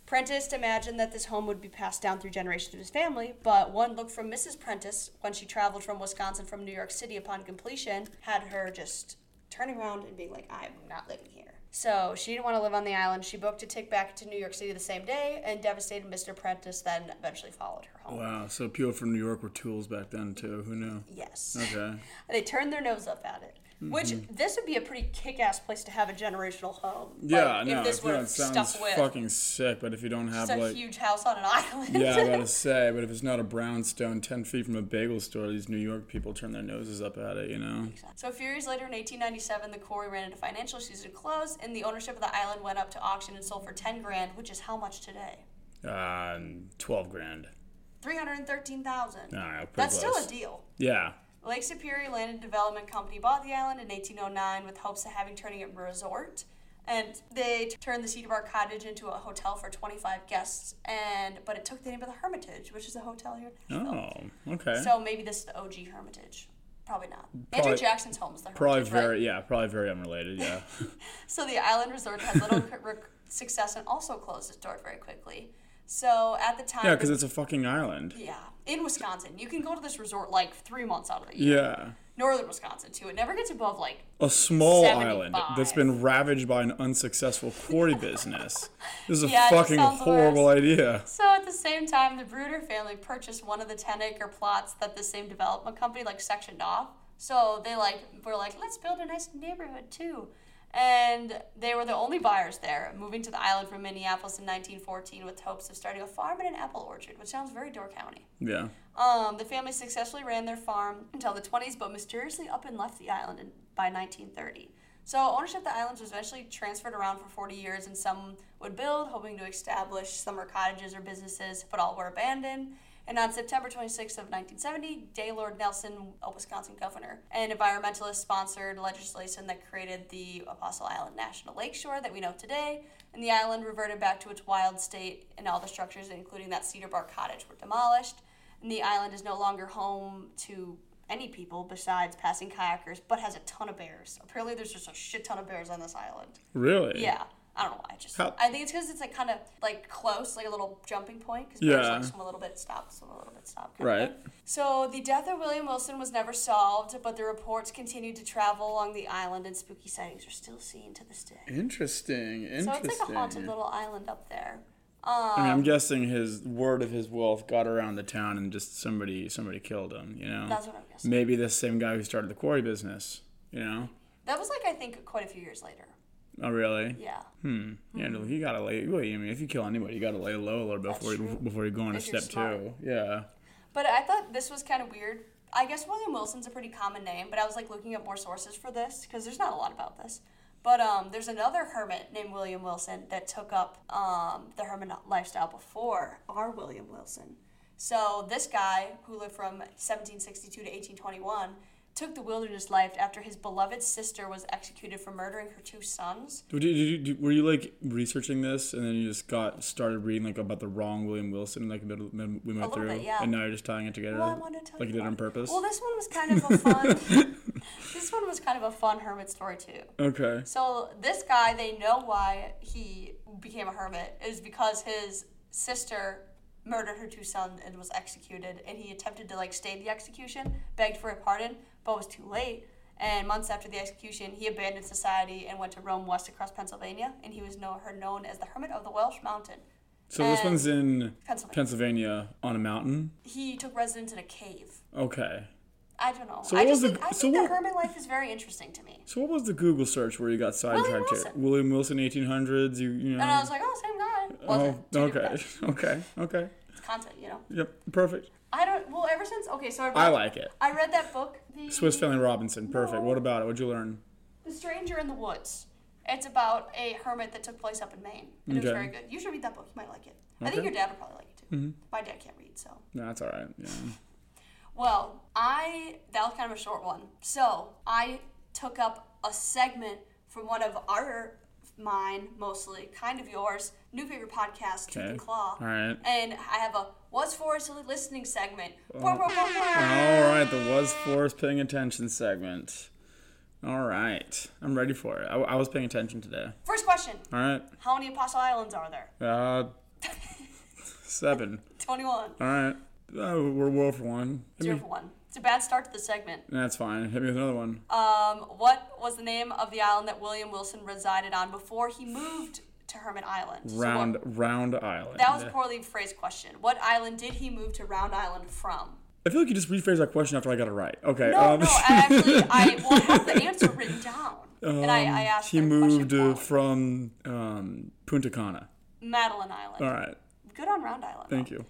[SPEAKER 2] Prentice imagined that this home would be passed down through generations of his family, but one look from Mrs. Prentice when she traveled from Wisconsin from New York City upon completion had her just turning around and being like, I'm not living here. So she didn't want to live on the island. She booked a ticket back to New York City the same day, and devastated Mr. Prentice then eventually followed her home.
[SPEAKER 1] Wow. So people from New York were tools back then too. Who knew?
[SPEAKER 2] Yes.
[SPEAKER 1] Okay.
[SPEAKER 2] They turned their nose up at it.
[SPEAKER 1] Mm-hmm.
[SPEAKER 4] Which this would be a pretty kick-ass place to have a generational home.
[SPEAKER 1] Yeah,
[SPEAKER 4] like,
[SPEAKER 1] no,
[SPEAKER 4] if this
[SPEAKER 1] I feel
[SPEAKER 4] were
[SPEAKER 1] that sounds
[SPEAKER 4] stuck with
[SPEAKER 1] fucking sick. But if you don't have
[SPEAKER 4] just a
[SPEAKER 1] like,
[SPEAKER 4] huge house on an island,
[SPEAKER 1] yeah, I gotta say, but if it's not a brownstone ten feet from a bagel store, these New York people turn their noses up at it, you know.
[SPEAKER 2] So, a few years later in 1897, the quarry ran into financial issues and closed, and the ownership of the island went up to auction and sold for 10 grand, which is how much today?
[SPEAKER 1] Um, twelve grand.
[SPEAKER 2] 313,000.
[SPEAKER 1] All right, pretty
[SPEAKER 2] That's
[SPEAKER 1] close.
[SPEAKER 2] still a deal.
[SPEAKER 1] yeah.
[SPEAKER 2] Lake Superior Land and Development Company bought the island in 1809 with hopes of having turning it a resort. And they t- turned the Cedar Bar Cottage into a hotel for 25 guests, and but it took the name of the Hermitage, which is a hotel here. in Nashville.
[SPEAKER 1] Oh, okay.
[SPEAKER 2] So maybe this is the OG Hermitage. Probably not.
[SPEAKER 1] Probably-
[SPEAKER 2] Andrew Jackson's home is the
[SPEAKER 1] probably
[SPEAKER 2] Hermitage, right?
[SPEAKER 1] very, yeah, probably very unrelated. Yeah.
[SPEAKER 2] So the island resort had little c- rec- success and also closed its doors very quickly. So at the time,
[SPEAKER 1] yeah, because it's a fucking island.
[SPEAKER 2] yeah, in Wisconsin, you can go to this resort like three months out of the year.
[SPEAKER 1] Yeah.
[SPEAKER 2] Northern Wisconsin too. It never gets above like
[SPEAKER 1] A small
[SPEAKER 2] 75.
[SPEAKER 1] island that's been ravaged by an unsuccessful quarry business. This is a
[SPEAKER 2] Yeah, it just
[SPEAKER 1] fucking
[SPEAKER 2] sounds
[SPEAKER 1] horrible idea.
[SPEAKER 2] So at the same time, the Bruder family purchased one of the 10 acre plots that the same development company like sectioned off. So they like were like, let's build a nice neighborhood too. And they were the only buyers there, moving to the island from Minneapolis in 1914 with hopes of starting a farm and an apple orchard, which sounds very Door County.
[SPEAKER 1] Yeah.
[SPEAKER 2] Um, the family successfully ran their farm until the 20s, but mysteriously up and left the island in, by 1930. So ownership of the islands was eventually transferred around for 40 years, and some would build, hoping to establish summer cottages or businesses, but all were abandoned. And on September 26th of 1970, Gaylord Nelson, a Wisconsin governor, and environmentalist sponsored legislation that created the Apostle Island National Lakeshore that we know today. And the island reverted back to its wild state, and all the structures, including that Cedar Bar cottage, were demolished. And the island is no longer home to any people besides passing kayakers, but has a ton of bears. Apparently, there's just a shit ton of bears on this island.
[SPEAKER 1] Really?
[SPEAKER 2] Yeah. I don't know why. I just
[SPEAKER 1] How-
[SPEAKER 2] I think it's because it's like kind of like close, like a little jumping point. Because
[SPEAKER 1] Yeah.
[SPEAKER 2] like swim a little bit, stop, swim a little bit, stop. kind of
[SPEAKER 1] Right.
[SPEAKER 2] thing. So the death of William Wilson was never solved, but the reports continued to travel along the island, and spooky sightings are still seen to this day.
[SPEAKER 1] Interesting. Interesting.
[SPEAKER 2] So it's like a haunted little island up there. Um,
[SPEAKER 1] I mean, I'm guessing his word of his wealth got around the town, and just somebody somebody killed him. You know,
[SPEAKER 2] That's what I'm guessing.
[SPEAKER 1] maybe the same guy who started the quarry business. You know,
[SPEAKER 2] That was like I think quite a few years later.
[SPEAKER 1] oh really?
[SPEAKER 2] Yeah.
[SPEAKER 1] Hmm. Yeah, no, you gotta lay. Well, I mean, if you kill anybody, you gotta lay low a little bit before you,
[SPEAKER 2] true.
[SPEAKER 1] before you go on to
[SPEAKER 2] If you're
[SPEAKER 1] step
[SPEAKER 2] smart.
[SPEAKER 1] two. Yeah.
[SPEAKER 2] But I thought this was kind of weird. I guess William Wilson's a pretty common name, but I was like looking up more sources for this because there's not a lot about this. But um, there's another hermit named William Wilson that took up um, the hermit lifestyle before our William Wilson. So this guy who lived from 1762 to 1821 took the wilderness life after his beloved sister was executed for murdering her two sons.
[SPEAKER 1] Did you, did you, did- were you like researching this, and then you just got started reading like about the wrong William Wilson, like middle, mid, midway
[SPEAKER 2] little
[SPEAKER 1] through,
[SPEAKER 2] bit, yeah.
[SPEAKER 1] and now you're just tying it together,
[SPEAKER 2] Well, I wanted to tell
[SPEAKER 1] like you did
[SPEAKER 2] about-
[SPEAKER 1] on purpose.
[SPEAKER 2] Well, this one was kind of a fun. this one was kind of a fun hermit story too.
[SPEAKER 1] okay.
[SPEAKER 2] So this guy, they know why he became a hermit is because his sister murdered her two sons and was executed, and he attempted to like stay the execution, begged for a pardon, but was too late. And months after the execution, he abandoned society and went to roam west across Pennsylvania, and he was know, her known as the Hermit of the Welsh Mountain.
[SPEAKER 1] So this
[SPEAKER 2] and-
[SPEAKER 1] one's in
[SPEAKER 2] Pennsylvania.
[SPEAKER 1] Pennsylvania on a mountain.
[SPEAKER 2] He took residence in a cave.
[SPEAKER 1] Okay.
[SPEAKER 2] I don't know.
[SPEAKER 1] So
[SPEAKER 2] I
[SPEAKER 1] what
[SPEAKER 2] just
[SPEAKER 1] was the-
[SPEAKER 2] think, I
[SPEAKER 1] so
[SPEAKER 2] think
[SPEAKER 1] what-
[SPEAKER 2] the hermit life is very interesting to me.
[SPEAKER 1] So what was the Google search where you got sidetracked here?
[SPEAKER 2] Wilson.
[SPEAKER 1] William Wilson, 1800s. You you know.
[SPEAKER 2] And I was like, oh, same guy. Wasn't.
[SPEAKER 1] Um, oh,
[SPEAKER 2] Two different
[SPEAKER 1] okay,
[SPEAKER 2] guys.
[SPEAKER 1] okay, okay.
[SPEAKER 2] It's content, you know.
[SPEAKER 1] Yep, perfect.
[SPEAKER 2] I don't. Well, ever since okay, so I, read,
[SPEAKER 1] I like it.
[SPEAKER 2] I read that book, the,
[SPEAKER 1] Swiss Family Robinson, perfect. What about it? What'd you learn?
[SPEAKER 2] the Stranger in the Woods. It's about a hermit that took place up in Maine, and it was
[SPEAKER 1] Okay.
[SPEAKER 2] very good. You should read that book. You might like it. I
[SPEAKER 1] Okay. Mm-hmm.
[SPEAKER 2] think your dad would probably like it too. My dad can't read, so.
[SPEAKER 1] No, that's all right. Yeah.
[SPEAKER 2] Well, I that was kind of a short one. So I took up a segment from one of our, mine mostly, kind of yours, new favorite podcast, Tooth
[SPEAKER 1] Okay.
[SPEAKER 2] and Claw.
[SPEAKER 1] All right.
[SPEAKER 2] And I have a what's for us listening segment.
[SPEAKER 1] All right, the was force paying attention segment. All right, I'm ready for it. I, I was paying attention today.
[SPEAKER 2] First question:
[SPEAKER 1] All right,
[SPEAKER 2] How many Apostle Islands are there?
[SPEAKER 1] uh, seven.
[SPEAKER 2] Twenty-one.
[SPEAKER 1] All right, uh, we're well for one. Hit
[SPEAKER 2] Zero
[SPEAKER 1] me.
[SPEAKER 2] for one. It's a bad start to the segment.
[SPEAKER 1] That's fine. Hit me with another one.
[SPEAKER 2] Um, what was the name of the island that William Wilson resided on before he moved to Hermit Island? So what-
[SPEAKER 1] round, round island.
[SPEAKER 2] that was a poorly phrased question. What island did he move to Round Island from?
[SPEAKER 1] I feel like you just rephrased that question after I got it right. Okay.
[SPEAKER 2] No,
[SPEAKER 1] um,
[SPEAKER 2] no, I actually, I well, I have the answer written down. and I, I asked
[SPEAKER 1] Um, he
[SPEAKER 2] that
[SPEAKER 1] moved
[SPEAKER 2] question
[SPEAKER 1] uh,
[SPEAKER 2] out.
[SPEAKER 1] from um, Punta Cana.
[SPEAKER 2] Madeline Island.
[SPEAKER 1] All right.
[SPEAKER 2] Good on Round Island.
[SPEAKER 1] Thank
[SPEAKER 2] though.
[SPEAKER 1] you.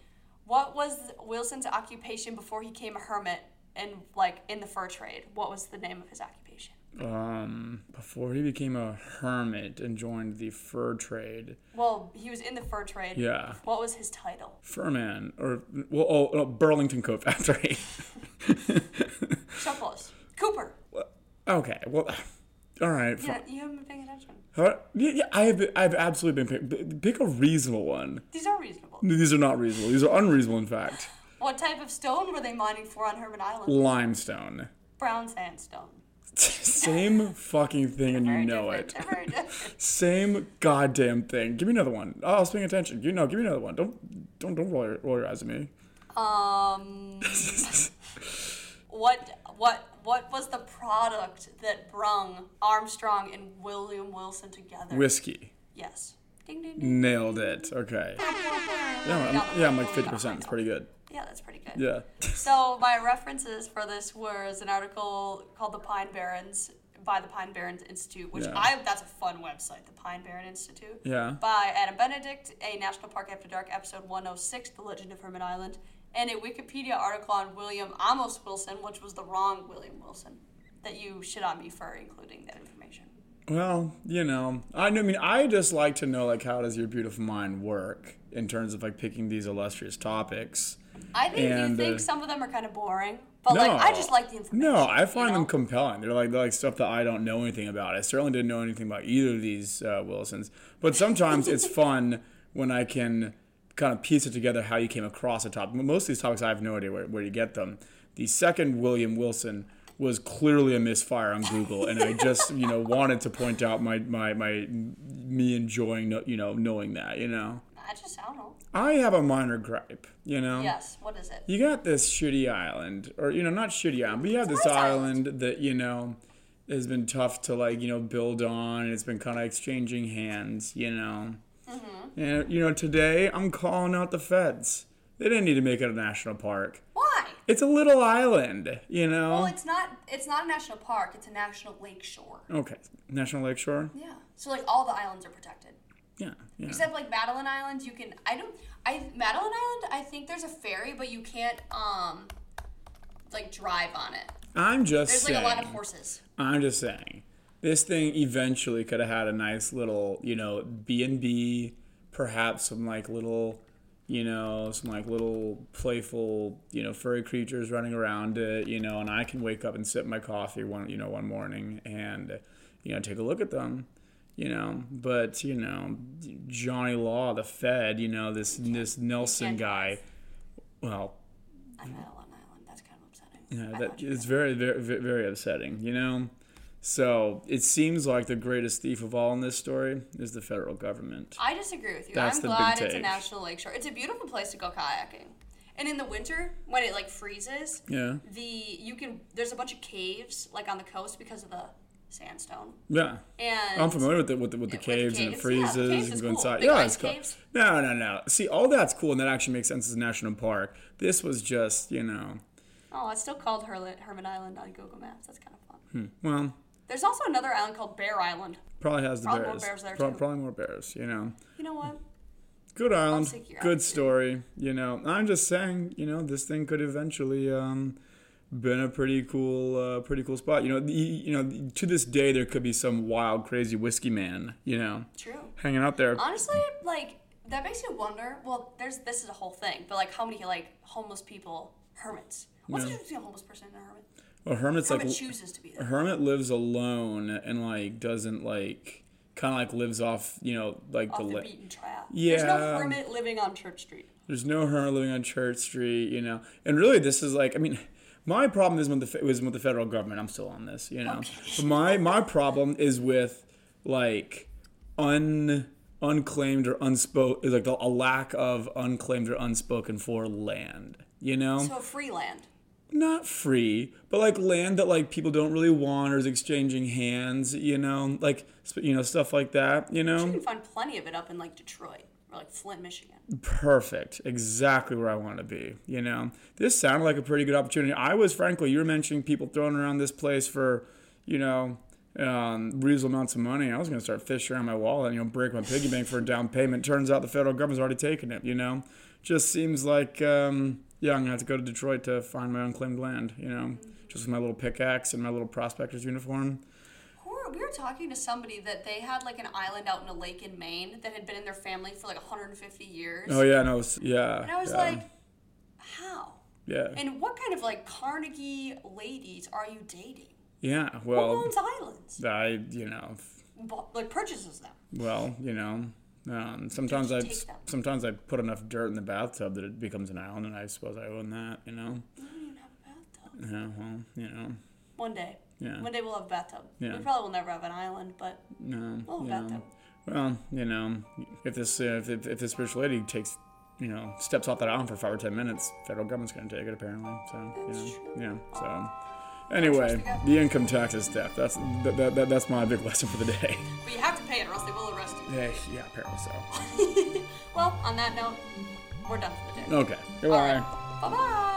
[SPEAKER 2] What was Wilson's occupation before he became a hermit and like in the fur trade? What was the name of his occupation?
[SPEAKER 1] Um, before he became a hermit and joined the fur trade,
[SPEAKER 2] Well, he was in the fur trade.
[SPEAKER 1] Yeah.
[SPEAKER 2] What was his title?
[SPEAKER 1] furman or well, oh, no, Burlington Coat Factory.
[SPEAKER 2] So close. Cooper.
[SPEAKER 1] okay. Well, all right.
[SPEAKER 2] You,
[SPEAKER 1] Fine.
[SPEAKER 2] know, you haven't been paying attention.
[SPEAKER 1] Huh? Yeah, yeah, I have. I've absolutely been pick, pick a reasonable one.
[SPEAKER 2] These are reasonable.
[SPEAKER 1] These are not reasonable. These are unreasonable, in fact.
[SPEAKER 2] What type of stone were they mining for on Hermit Island?
[SPEAKER 1] Limestone.
[SPEAKER 2] Brown sandstone.
[SPEAKER 1] Same fucking thing, and you
[SPEAKER 2] Very
[SPEAKER 1] know
[SPEAKER 2] different.
[SPEAKER 1] it.
[SPEAKER 2] They're very different.
[SPEAKER 1] Same goddamn thing. Give me another one. Oh, I was paying attention. You know, give me another one. Don't don't don't roll your, roll your eyes at me.
[SPEAKER 2] Um, what what what was the product that brung Armstrong and William Wilson together?
[SPEAKER 1] Whiskey.
[SPEAKER 2] yes. Ding ding ding.
[SPEAKER 1] Nailed it. Okay. Yeah, I'm, yeah, I'm like fifty percent. It's pretty good.
[SPEAKER 2] Yeah, that's pretty good.
[SPEAKER 1] Yeah.
[SPEAKER 2] So my references for this was an article called "The Pine Barrens" by the Pine Barrens Institute, which
[SPEAKER 1] Yeah.
[SPEAKER 2] I that's a fun website, the Pine Barren Institute.
[SPEAKER 1] Yeah.
[SPEAKER 2] By Adam Benedict, a National Park After Dark episode 106, "The Legend of Hermit Island," and a Wikipedia article on William Amos Wilson, which was the wrong William Wilson, that you should on me for including that information.
[SPEAKER 1] Well, you know, I know. I mean, I just like to know like how does your beautiful mind work in terms of like picking these illustrious topics.
[SPEAKER 2] I think you
[SPEAKER 1] And,
[SPEAKER 2] think
[SPEAKER 1] uh,
[SPEAKER 2] some of them are kind of boring, but like I just like the information.
[SPEAKER 1] No, I find
[SPEAKER 2] you know?
[SPEAKER 1] them compelling. They're like they're like stuff that I don't know anything about. I certainly didn't know anything about either of these uh, Wilsons. But sometimes it's fun when I can kind of piece it together how you came across a topic. Most of these topics I have no idea where, where you get them. The second William Wilson was clearly a misfire on Google, and I just you know wanted to point out my my my me enjoying you know knowing that you know
[SPEAKER 2] I just I don't know.
[SPEAKER 1] I have a minor gripe you know
[SPEAKER 2] Yes, what is it?
[SPEAKER 1] you got this shitty island, or you know, not shitty island, but you have this
[SPEAKER 2] nice
[SPEAKER 1] island that you know has been tough to like you know build on. and It's been kind of exchanging hands, you know.
[SPEAKER 2] Mm-hmm.
[SPEAKER 1] And you know, today I'm calling out the feds. They didn't need to make it a national park.
[SPEAKER 2] Why?
[SPEAKER 1] It's a little island, you know.
[SPEAKER 2] Well, it's not. It's not a national park. It's a national lake shore.
[SPEAKER 1] okay, National Lakeshore.
[SPEAKER 2] Yeah. So like all the islands are protected,
[SPEAKER 1] Yeah, yeah.
[SPEAKER 2] except like Madeline Island. You can. I don't. I Madeline Island. I think there's a ferry, but you can't um, like drive on it.
[SPEAKER 1] I'm just
[SPEAKER 2] There's like
[SPEAKER 1] saying.
[SPEAKER 2] a lot of horses.
[SPEAKER 1] I'm just saying, this thing eventually could have had a nice little, you know, B and B, perhaps some like little, you know, some like little playful, you know, furry creatures running around it, you know, and I can wake up and sip my coffee one, you know, one morning and, you know, take a look at them. You know, but you know, Johnny Law, the Fed, you know this this Nelson
[SPEAKER 2] can't do
[SPEAKER 1] guy. Well,
[SPEAKER 2] I'm Madeline Island. That's kind of upsetting.
[SPEAKER 1] yeah,
[SPEAKER 2] I
[SPEAKER 1] that
[SPEAKER 2] thought you
[SPEAKER 1] it's very, very, ve- very upsetting, you know. So it seems like the greatest thief of all in this story is the federal government.
[SPEAKER 2] I disagree with you.
[SPEAKER 1] That's
[SPEAKER 2] I'm
[SPEAKER 1] the
[SPEAKER 2] glad
[SPEAKER 1] big
[SPEAKER 2] it's a
[SPEAKER 1] take.
[SPEAKER 2] national lake shore. It's a beautiful place to go kayaking. And in the winter, when it like freezes,
[SPEAKER 1] Yeah,
[SPEAKER 2] the you can there's a bunch of caves like on the coast because of the sandstone.
[SPEAKER 1] yeah.
[SPEAKER 2] And
[SPEAKER 1] I'm familiar with the with the, with the
[SPEAKER 2] with the
[SPEAKER 1] caves and it
[SPEAKER 2] caves, yeah, the
[SPEAKER 1] freezes.
[SPEAKER 2] caves
[SPEAKER 1] you can go
[SPEAKER 2] is cool.
[SPEAKER 1] inside.
[SPEAKER 2] Big
[SPEAKER 1] yeah,
[SPEAKER 2] ice
[SPEAKER 1] it's cool.
[SPEAKER 2] caves.
[SPEAKER 1] No, no, no. See, all that's cool, and that actually makes sense as a national park. This was just, you know,
[SPEAKER 2] Oh, it's still called Herli- Hermit Island on Google Maps. That's kind of fun.
[SPEAKER 1] well,
[SPEAKER 2] There's also another island called Bear Island.
[SPEAKER 1] probably has the
[SPEAKER 2] Probably more
[SPEAKER 1] bears.
[SPEAKER 2] bears there, too.
[SPEAKER 1] Probably more bears. You know.
[SPEAKER 2] You know what?
[SPEAKER 1] Good island,
[SPEAKER 2] take your
[SPEAKER 1] good
[SPEAKER 2] attitude.
[SPEAKER 1] story. You know, I'm just saying. You know, this thing could eventually um, been a pretty cool, uh, pretty cool spot. You know, the, you know, to this day there could be some wild, crazy whiskey man. You know,
[SPEAKER 2] True.
[SPEAKER 1] hanging out there.
[SPEAKER 2] Honestly, like that makes you wonder. Well, there's this is a whole thing, but like how many like homeless people hermits? What's the
[SPEAKER 1] Yeah.
[SPEAKER 2] difference between a homeless person and a hermit?
[SPEAKER 1] A hermit's
[SPEAKER 2] Hermit
[SPEAKER 1] like
[SPEAKER 2] chooses to be
[SPEAKER 1] a
[SPEAKER 2] there.
[SPEAKER 1] hermit lives alone and like doesn't like kind of like lives off. You know, like the,
[SPEAKER 2] Off the
[SPEAKER 1] lake.
[SPEAKER 2] beaten track. There's no
[SPEAKER 1] Yeah. um,
[SPEAKER 2] hermit living on Church Street.
[SPEAKER 1] There's no hermit living on Church Street, you know. And really, this is like, I mean, my problem is with the fe- is with the federal government. I'm still on this, you know. But my my problem is with like un unclaimed or unspoken like the, a lack of unclaimed or unspoken for land, you know
[SPEAKER 2] So free land.
[SPEAKER 1] not free, but like land that like people don't really want or is exchanging hands, you know, like sp- you know stuff like that, you know.
[SPEAKER 2] You can find plenty of it up in like Detroit or like Flint, Michigan.
[SPEAKER 1] Mm. Perfect. Exactly where I want to be. You know, this sounded like a pretty good opportunity. I was, frankly, you were mentioning people throwing around this place for, you know, um, reasonable amounts of money. I was going to start fishing around my wallet and, you know, break my piggy bank for a down payment. Turns out the federal government's already taken it, you know? Just seems like, um, yeah, I'm going to have to go to Detroit to find my unclaimed land, you know? Just with my little pickaxe and my little prospector's uniform.
[SPEAKER 2] Or we were talking to somebody that they had like an island out in a lake in Maine that had been in their family for like 150 years.
[SPEAKER 1] Oh, yeah, no, it's- yeah.
[SPEAKER 2] And I was
[SPEAKER 1] yeah,
[SPEAKER 2] like, how?
[SPEAKER 1] yeah.
[SPEAKER 2] And what kind of like Carnegie ladies are you dating?
[SPEAKER 1] Yeah,
[SPEAKER 2] Who
[SPEAKER 1] well,
[SPEAKER 2] owns islands?
[SPEAKER 1] I, you know, f-
[SPEAKER 2] Bu- Like purchases them.
[SPEAKER 1] well, you know, um, sometimes I
[SPEAKER 2] take them.
[SPEAKER 1] sometimes I put enough dirt in the bathtub that it becomes an island, and I suppose I own that, you know.
[SPEAKER 2] You don't even have a bathtub.
[SPEAKER 1] Yeah, well, you know,
[SPEAKER 2] One day.
[SPEAKER 1] Yeah.
[SPEAKER 2] One day we'll have a bathtub.
[SPEAKER 1] Yeah.
[SPEAKER 2] We probably will never have an island, but
[SPEAKER 1] no,
[SPEAKER 2] we'll have
[SPEAKER 1] you
[SPEAKER 2] a
[SPEAKER 1] know.
[SPEAKER 2] bathtub.
[SPEAKER 1] Well, you know, if this uh, if, if, if this rich lady takes, you know, steps off that island for five or ten minutes, federal government's going to take it apparently. So, you know, yeah, so. Anyway,
[SPEAKER 2] government.
[SPEAKER 1] the income tax is theft. That's that, that, that, that's my big lesson for the day.
[SPEAKER 2] But you have to pay it or else they will arrest you.
[SPEAKER 1] Yeah, yeah, apparently so.
[SPEAKER 2] Well, on that note, we're done for the day.
[SPEAKER 1] Okay, goodbye.
[SPEAKER 2] Bye bye.